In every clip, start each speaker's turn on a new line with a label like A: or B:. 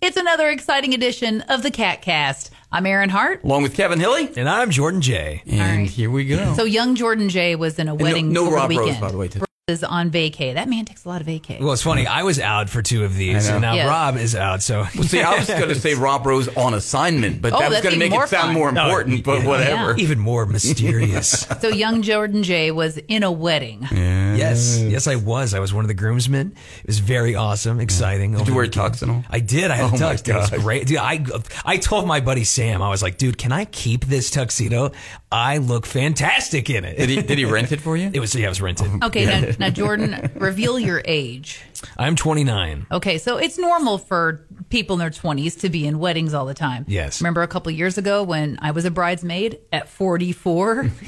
A: it's another exciting edition of the Cat Cast. I'm Aaron Hart.
B: Along with Kevin Hilly.
C: And I'm Jordan J.
B: And
A: All right.
B: here we go.
A: So young Jordan Jay was in a
B: no-
A: wedding
B: no
A: over
B: Rob
A: the
B: Rose,
A: weekend.
B: by the way, today.
A: Rose is on vacay. That man takes a lot of vacay.
C: Well, it's funny. I was out for two of these,
B: I know.
C: and now
A: Yeah.
C: Rob is out. So
B: Well, see, I was going to say Rob Rose on assignment, but
A: Oh,
B: that was
A: that's
B: going to
A: even
B: make
A: more
B: it sound
A: fun.
C: Oh,
B: more important, but whatever.
C: even more mysterious.
A: so young Jordan Jay was in a wedding.
C: yes, yes, I was. I was one of the groomsmen. It was very awesome, exciting. Did
B: you wear a tux and all?
C: I did. I had
B: Oh my
C: a tux. It was
B: gosh.
C: great, dude. I I told my buddy Sam. I was like, dude, can I keep this tuxedo? I look fantastic in it.
B: Did he, did he rent it Oh. for you?
C: It was yeah, it was rented.
A: Okay, now, now Jordan, reveal your age.
C: I'm 29.
A: Okay, so it's normal for people in their 20s to be in weddings all the time.
C: Yes.
A: Remember a couple years ago when I was a bridesmaid at 44?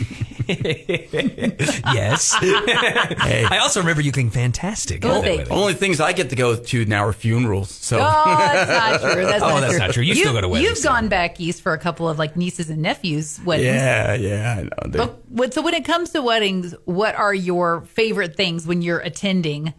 C: Yes. I also remember you being fantastic. at
A: Well,
C: that
A: thank
C: wedding.
B: Only things I get to go to now are funerals. So
A: Oh, that's not true. That's,
C: Oh,
A: not,
C: that's
A: true.
C: not true. You still go to weddings,
A: You've
C: so.
A: gone back east for a couple of like nieces and nephews weddings.
B: yeah, yeah, I know. dude.
A: But what- so when it comes to weddings, what are your favorite things when you're attending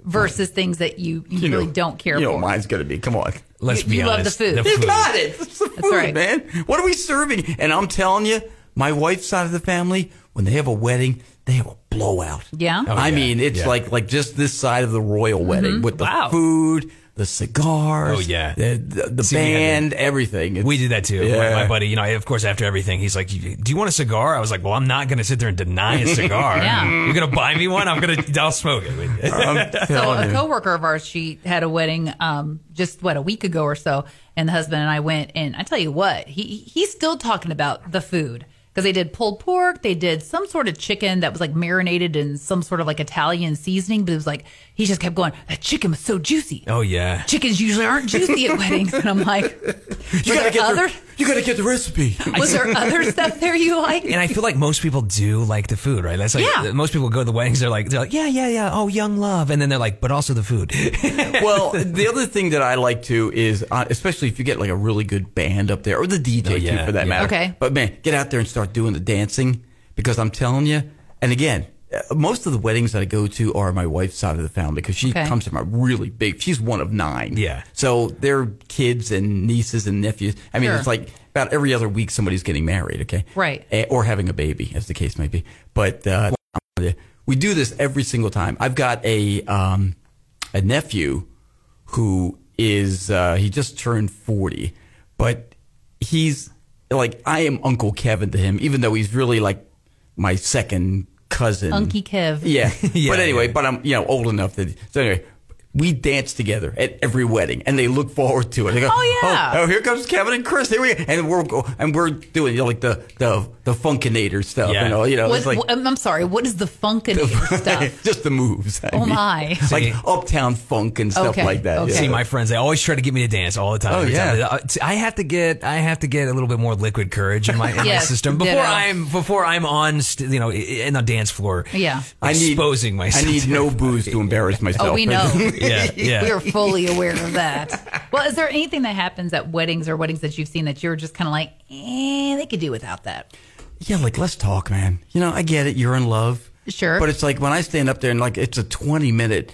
A: versus things that you, you,
B: You know-
A: really don't care
B: You
A: for?
B: know, mine's going to be. Come on.
C: Let's
A: You-
C: be
A: you love the
C: honest.
A: food. It's
B: It's not it. It's the food,
A: right.
B: man. What are we serving? And I'm telling you, my wife's side of the family, when they have a wedding, they have a blowout.
A: Yeah? Mm-hmm. Oh,
B: I
C: yeah.
B: mean, it's
C: Yeah.
B: like like just this side of the royal wedding with the
C: Wow.
B: food, the cigars,
C: Oh, yeah.
B: the, the, the
C: See, we had
B: band, everything. It's-
C: We did that too.
B: Yeah.
C: My, my buddy, you know, I- of course, after everything, he's like, "You- "Do you want a cigar?" I was like, "Well, I'm not going to sit there and deny a cigar.
A: Yeah.
C: You're going to buy me one. I'm going to. I'll smoke it." with you."
B: I'm
A: So
B: telling
A: a
B: you.
A: coworker of ours, she had a wedding um, just what a week ago or so, and the husband and I went. And I tell you what, he he's still talking about the food because they did pulled pork, they did some sort of chicken that was like marinated in some sort of like Italian seasoning, but it was like he just kept going. That chicken was so juicy.
C: Oh yeah.
A: Chickens usually aren't juicy at weddings, and I'm like, was
B: you gotta
A: there
B: get
A: other
B: the, you gotta get the recipe.
A: was there other stuff there you like?
C: And I feel like most people do like the food, right? That's like
A: Yeah.
C: most people go to the weddings. They're like, they're like, yeah, yeah, yeah. Oh, young love, and then they're like, but also the food.
B: well, the other thing that I like too is, uh, especially if you get like a really good band up there, or the DJ
C: Oh, yeah,
B: too, for that
C: yeah.
B: matter.
A: Okay.
B: But man, get out there and start doing the dancing because I'm telling you. And again, uh, most of the weddings that I go to are my wife's side of the family because she
A: Okay.
B: comes from a really big. She's one of nine.
C: Yeah.
B: So their kids and nieces and nephews. I mean,
A: Sure.
B: it's like about every other week somebody's getting married. Okay.
A: Right.
B: Eh, Or having a baby, as the case may be. But uh, we do this every single time. I've got a um, a nephew who is uh, he just turned forty, but he's like I am Uncle Kevin to him, even though he's really like my second cousin.
A: Unky Kev.
B: Yeah.
C: Yeah,
B: But anyway,
C: yeah.
B: but I'm you know old enough that so anyway. We dance together at every wedding, and they look forward to it. They go,
A: Oh, yeah.
B: Oh, here comes Kevin and Chris. Here we go. and we're go- and we're doing you know, like the the the Funkinator stuff.
C: Yeah.
B: You know, you know,
A: What,
B: it's like
A: wh- I'm I'm sorry. What is the funkinator stuff?
B: just the moves. I
A: Oh, my.
B: Like
C: See-
B: uptown funk and stuff
A: Okay,
B: like that.
A: okay.
C: See,
B: Yeah.
C: my friends, they always try to get me to dance all the time.
B: Oh,
C: Every time.
B: yeah.
C: Uh, t- I have to get, I have to get a little bit more liquid courage in my, in my
A: Yes,
C: system before
A: ditto.
C: I'm, before I'm on, st- you know, i- in the dance floor.
A: Yeah.
B: I need-
C: exposing myself.
B: I need
C: to
B: no booze to embarrass myself.
A: Oh, we know.
C: yeah, yeah.
A: We are fully aware of that. well, is there anything that happens at weddings or weddings that you've seen that you're just kind of like, eh, they could do without that?
B: Yeah, like let's talk, man. You know, I get it. You're in love.
A: Sure.
B: But it's like when I stand up there and like it's a 20 minute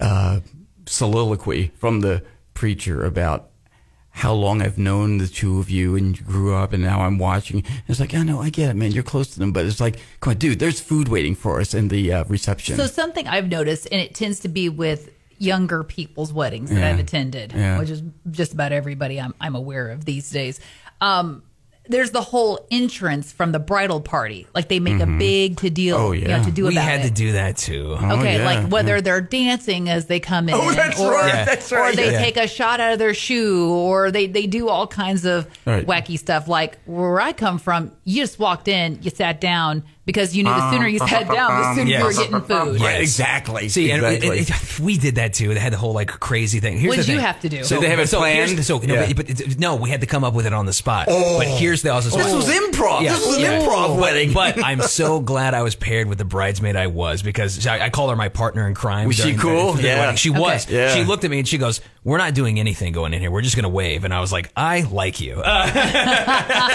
B: uh, soliloquy from the preacher about how long I've known the two of you and you grew up and now I'm watching. And it's like, I know, I get it, man. You're close to them. But it's like, come on, dude, there's food waiting for us in the uh, reception.
A: So something I've noticed, and it tends to be with younger people's weddings that
B: Yeah.
A: I've attended,
B: Yeah.
A: which is just about everybody I'm, I'm aware of these days. Um, there's the whole entrance from the bridal party. Like they make a big to deal,
B: Oh,
A: you
B: yeah.
A: know, to do
C: we
A: about
C: had
A: it.
C: to do that too.
A: Okay,
B: yeah,
A: like whether they're dancing as they come in,
B: Oh, that's
A: or,
B: right, that's
A: or
B: right,
A: they
B: yeah.
A: take a shot out of their shoe, or they, they do all kinds of
B: Right.
A: wacky stuff. Like where I come from, you just walked in, you sat down because you knew the sooner you sat down, the sooner you were
C: Yes.
A: getting food.
B: Right, exactly.
C: See, and
B: Exactly.
C: and- and we did that too. They had the whole like crazy thing. Here's
A: What
C: the
A: did you
C: thing.
A: have to do?
C: So
B: Did they have it
C: so here's
B: planned?
C: the- So no,
B: Yeah. Oh.
C: but, but it- no, we had to come up with it on the spot. But here's the also. Oh.
B: This was improv.
C: Yeah.
B: This was an
C: Yeah.
B: improv wedding.
C: But I'm so glad I was paired with the bridesmaid I was because I, I call her my partner in crime.
B: Was she
C: during the-
B: cool?
C: for the
B: Yeah.
C: wedding. she
A: Okay.
C: was.
B: Yeah.
C: She looked at me and she goes, "We're not doing anything going in here. We're just gonna wave." And I was like, "I like you." Uh,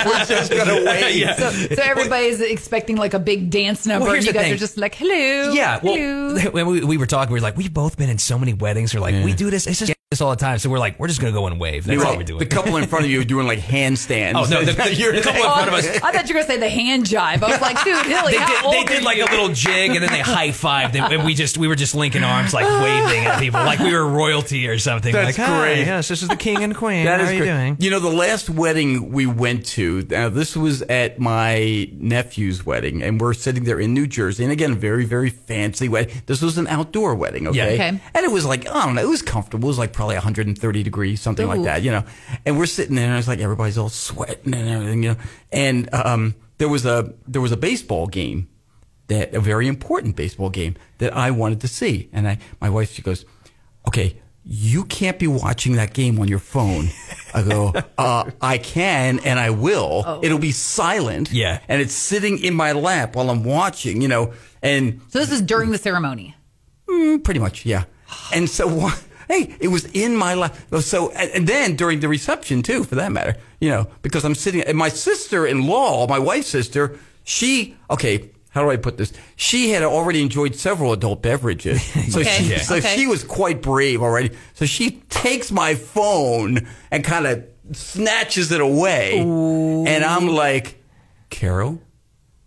B: we're just gonna wait.
A: So, so everybody's expecting like a big dance number, and
C: Well, here's
A: you
C: the
A: guys
C: thing.
A: are just like, "Hello,
C: yeah.
A: hello."
C: Well, when we, we were talking, we were like, "We've both been in so many weddings. We're like, we do this. It's just this all the time. So we're like, we're just gonna go and wave. That's
B: You're
C: all
B: right.
C: we're doing.
B: The couple in front of you are doing like handstands.
C: Oh, no, the- the-
B: You're-
C: the couple in front of us-
A: Oh, I thought you were going to say the hand jive. I was like, dude, Hilly,
C: they
A: how
C: did,
A: old
C: they
A: are
C: did like
A: you?
C: a little jig and then they high fived and we just we were just linking arms like waving at people like we were royalty or something.
B: That's
C: like, "Hi,
B: great.
C: yes, this is the king and queen.
B: That
C: How
B: is
C: are you
B: great.
C: doing?
B: You know, the last wedding we went to, now this was at my nephew's wedding, and we're sitting there in New Jersey. And again, very, very fancy wedding. This was an outdoor wedding, okay?
C: Yeah.
A: Okay.
B: And it was like, I don't know, it was comfortable. It was like probably 130 degrees, something like
A: Ooh.
B: that, you know? And we're sitting there, and it's like everybody's all sweating and everything, you know? And um, there was a there was a baseball game. That a very important baseball game that I wanted to see, and I, my wife, she goes, okay, you can't be watching that game on your phone. I go, uh, I can and I will. It'll be silent.
C: Yeah.
B: And it's sitting in my lap while I'm watching, you know, and
A: So this is during the ceremony.
B: mm, pretty much, yeah. And so, wha- hey, it was in my lap. So, and, and then during the reception too, for that matter, you know, because I'm sitting, and my sister in law, my wife's sister, she, okay, how do I put this? She had already enjoyed several adult beverages. So,
A: Okay,
B: she,
A: yeah.
B: so
A: okay.
B: she was was quite brave already. So she takes my phone and kind of snatches it away. And I'm like, Carol,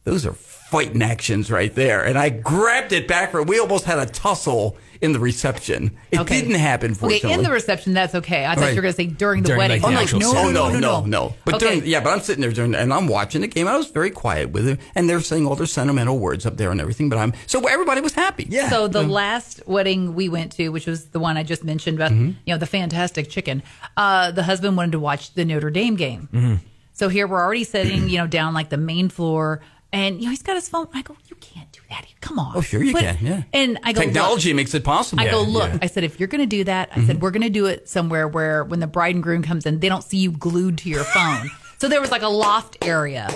B: those are fighting actions right there. And I grabbed it back from We almost had a tussle in the reception. It
A: Okay.
B: didn't happen, fortunately.
A: Okay, in the reception, that's okay. I thought
B: Right.
A: you were going to say during the
C: During,
A: wedding.
C: like, the
A: I'm
C: actual
A: no,
B: Oh
C: ceremony.
B: no, no, no, no. But
A: okay.
B: during, yeah, but I'm sitting there during, and I'm watching the game. I was very quiet with it, and they're saying all their sentimental words up there and everything. But I'm so everybody was happy. Yeah. Mm-hmm.
A: So the last wedding we went to, which was the one I just mentioned about,
B: Mm-hmm.
A: you know, the fantastic chicken. Uh, the husband wanted to watch the Notre Dame game.
B: Mm-hmm.
A: So here we're already sitting, you know, down like the main floor, and you know he's got his phone. I go, you can't do that. Come on.
B: oh, sure you
A: But-
B: can. Yeah.
A: And I go, "Look."
B: technology makes it possible.
A: I go,
B: Yeah. Mm-hmm.
A: look, I said, if you're going to do that, I said, we're going to do it somewhere where when the bride and groom comes in, they don't see you glued to your phone. so there was like a loft area.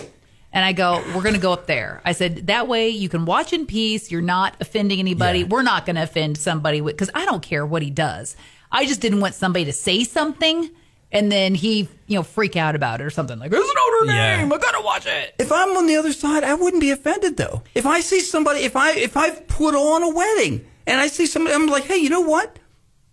A: And I go, we're going to go up there. I said, that way you can watch in peace. You're not offending anybody.
B: Yeah.
A: We're not going to offend somebody because I don't care what he does. I just didn't want somebody to say something and then he, you know, freak out about it or something like, it's not her
C: Yeah.
A: name. I got to watch it.
B: If I'm on the other side, I wouldn't be offended though. If I see somebody, if I if I've put on a wedding and I see somebody, I'm like, hey, you know what?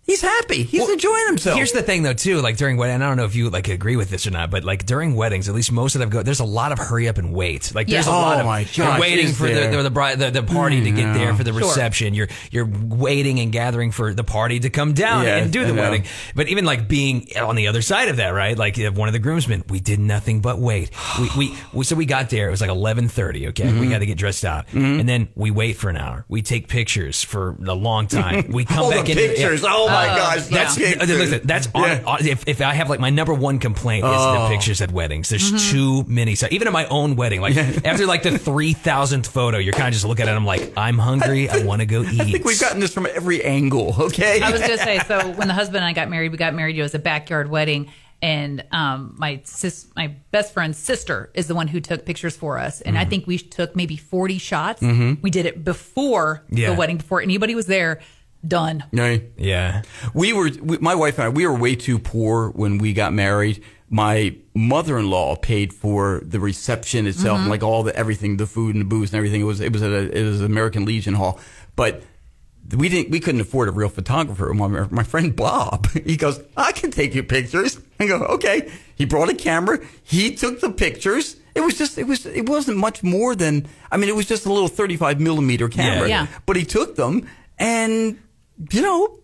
B: He's happy. He's enjoying himself.
C: Here's the thing, though, too. Like during wedding, I don't know if you like agree with this or not, but like during weddings, at least most of them go. There's a lot of hurry up and wait. Like there's
A: Yeah.
C: a lot
B: Oh,
C: of
B: my gosh,
C: you're waiting
B: is
C: for the,
B: there? Mm,
C: the the bride the, the party to get there for the
A: Sure.
C: reception. You're you're waiting and gathering for the party to come down
B: Yeah,
C: and do
B: I
C: the
B: know.
C: wedding. But even like being on the other side of that, right? Like if one of the groomsmen, we did nothing but wait. We we, we so we got there. It was like 11:30. Okay,
B: Mm-hmm.
C: we got to get dressed up, and then we wait for an hour. We take pictures for a long time. We come
B: all
C: back
B: the
C: in. yeah.
B: pictures. Oh my
A: Oh,
B: gosh,
A: yeah.
B: that's
C: Uh, listen, that's on,
B: Yeah. Oh.
C: on- if, if I have like my number one complaint is the pictures at weddings. There's too many. So even at my own wedding, like after like the three thousandth photo, you're kind of just looking at them like I'm hungry. I, want to go eat.
B: I think we've gotten this from every angle. Okay.
A: I was going to say, so when the husband and I got married, we got married. It was a backyard wedding, and um, my sis, my best friend's sister is the one who took pictures for us, and I think we took maybe forty shots. We did it before
C: Yeah.
A: the wedding, before anybody was there. Done.
B: No.
C: Yeah.
B: We were, we, my wife and I, we were way too poor when we got married. My mother-in-law paid for the reception itself,
A: Mm-hmm.
B: and like all the everything, the food and the booze and everything. It was it was at a, it was American Legion Hall, but we didn't we couldn't afford a real photographer. My, my friend Bob, he goes, I can take you pictures. I go, okay. He brought a camera. He took the pictures. It was just it was it wasn't much more than I mean it was just a little 35 millimeter camera,
A: Yeah.
B: but he took them and you know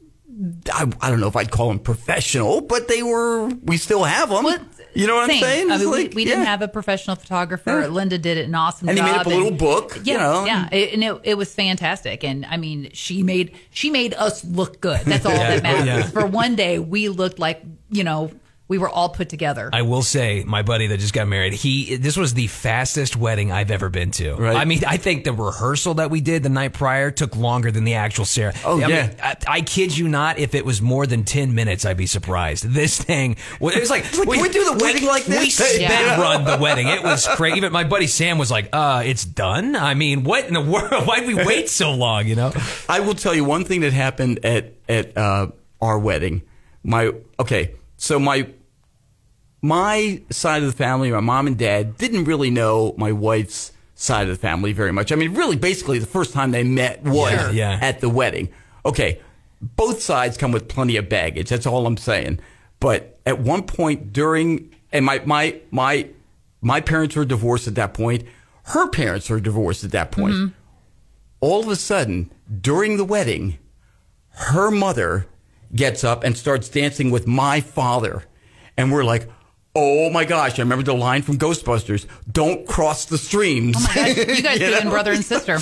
B: I, I don't know if I'd call them professional, but they were. We still have them.
A: What-
B: You know what
A: same.
B: I'm saying?
A: I
B: It's
A: mean, we-
B: like,
A: we, didn't
B: yeah.
A: have a professional photographer.
B: Yeah.
A: Linda did an awesome
B: And he
A: job.
B: made up a little book,
A: Yeah,
B: you know.
A: yeah, it, and it, it was fantastic. And I mean, she made she made us look good. That's all
C: Yeah.
A: that matters.
C: Yeah.
A: For one day, we looked like you know we were all put together.
C: I will say, my buddy that just got married, he this was the fastest wedding I've ever been to.
B: Right.
C: I mean, I think the rehearsal that we did the night prior took longer than the actual ceremony.
B: Oh,
C: I
B: yeah.
C: mean, I, I kid you not, if it was more than ten minutes, I'd be surprised. This thing, well, it was like,
B: Like, can we do the wedding like
C: We
B: this?
C: sped
A: Yeah.
C: run the wedding. It was crazy. Even my buddy Sam was like, "Uh, it's done." I mean, what in the world? Why'd we wait so long? You know?
B: I will tell you one thing that happened at at uh, our wedding. My okay, so my my side of the family, my mom and dad didn't really know my wife's side of the family very much. I mean, really, basically, the first time they met was
C: Yeah, yeah.
B: at the wedding. Okay, both sides come with plenty of baggage. That's all I'm saying. But at one point during, and my my my my parents were divorced at that point. Her parents were divorced at that point. All of a sudden, during the wedding, her mother gets up and starts dancing with my father. And we're like, oh my gosh, I remember the line from Ghostbusters don't cross the streams.
A: Oh my gosh, you guys could have been brother and sister.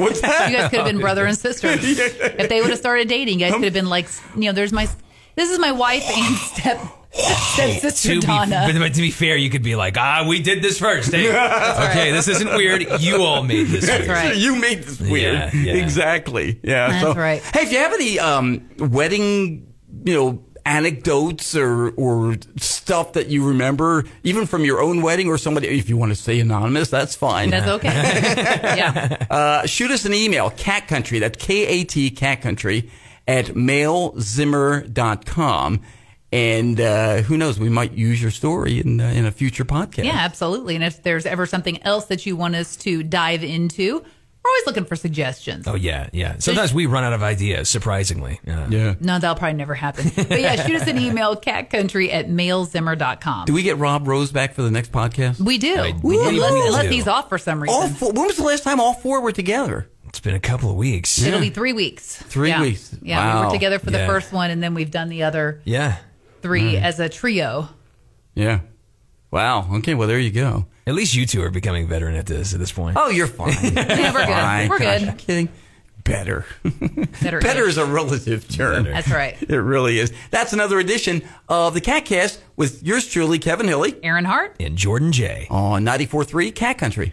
B: What's that?
A: You guys could have been brother and sister. If they would have started dating, you guys could have been like, you know, there's my, this is my wife and step, step sister
C: To be, but,
A: Donna.
C: but to be fair, you could be like, ah, we did this first. Hey, okay, this isn't weird. You all made this weird.
A: right.
B: you made this weird.
C: Yeah, yeah.
B: Exactly. Yeah.
A: That's
B: so,
A: right.
B: Hey, if you have any um, wedding, you know, anecdotes or or stuff that you remember, even from your own wedding or somebody, if you want to stay anonymous, that's fine.
A: That's okay. yeah.
B: Uh, shoot us an email, Cat Country. That's K A T Cat Country at mailzimmer.com. And uh, who knows? We might use your story in uh, in a future podcast.
A: Yeah, absolutely. And if there's ever something else that you want us to dive into, we're always looking for suggestions.
C: Oh yeah, yeah. Sometimes we run out of ideas, surprisingly. Uh, Yeah.
B: Yeah.
A: No, that'll probably never happen. But yeah, shoot us an email, catcountry at mailzimmer.com.
B: Do we get Rob Rose back for the next podcast?
A: We do.
C: I-
A: we
C: we
A: let,
C: do.
A: let,
C: We do.
A: these off for some reason.
B: all four, when was the last time all four were together?
C: It's been a couple of weeks.
A: It'll be three weeks.
B: Three
A: Yeah.
B: weeks.
A: Yeah, we
B: Wow.
A: were together for the
C: Yeah.
A: first one, and then we've done the other
C: Yeah.
A: three as a trio.
B: Yeah. Wow. Okay. Well, there you go.
C: At least you two are becoming veteran at this at this point.
B: Oh, you're fine.
A: Yeah, we're
B: fine.
A: good. We're
B: Gosh,
A: good.
B: I'm kidding. Better.
A: Better
B: Better
A: age.
B: is a relative term.
C: Better.
A: That's right.
B: It really is. That's another edition of the Catcast with yours truly, Kevin Hilly,
A: Aaron Hart.
C: And Jordan J.
B: on 94.3 Cat Country.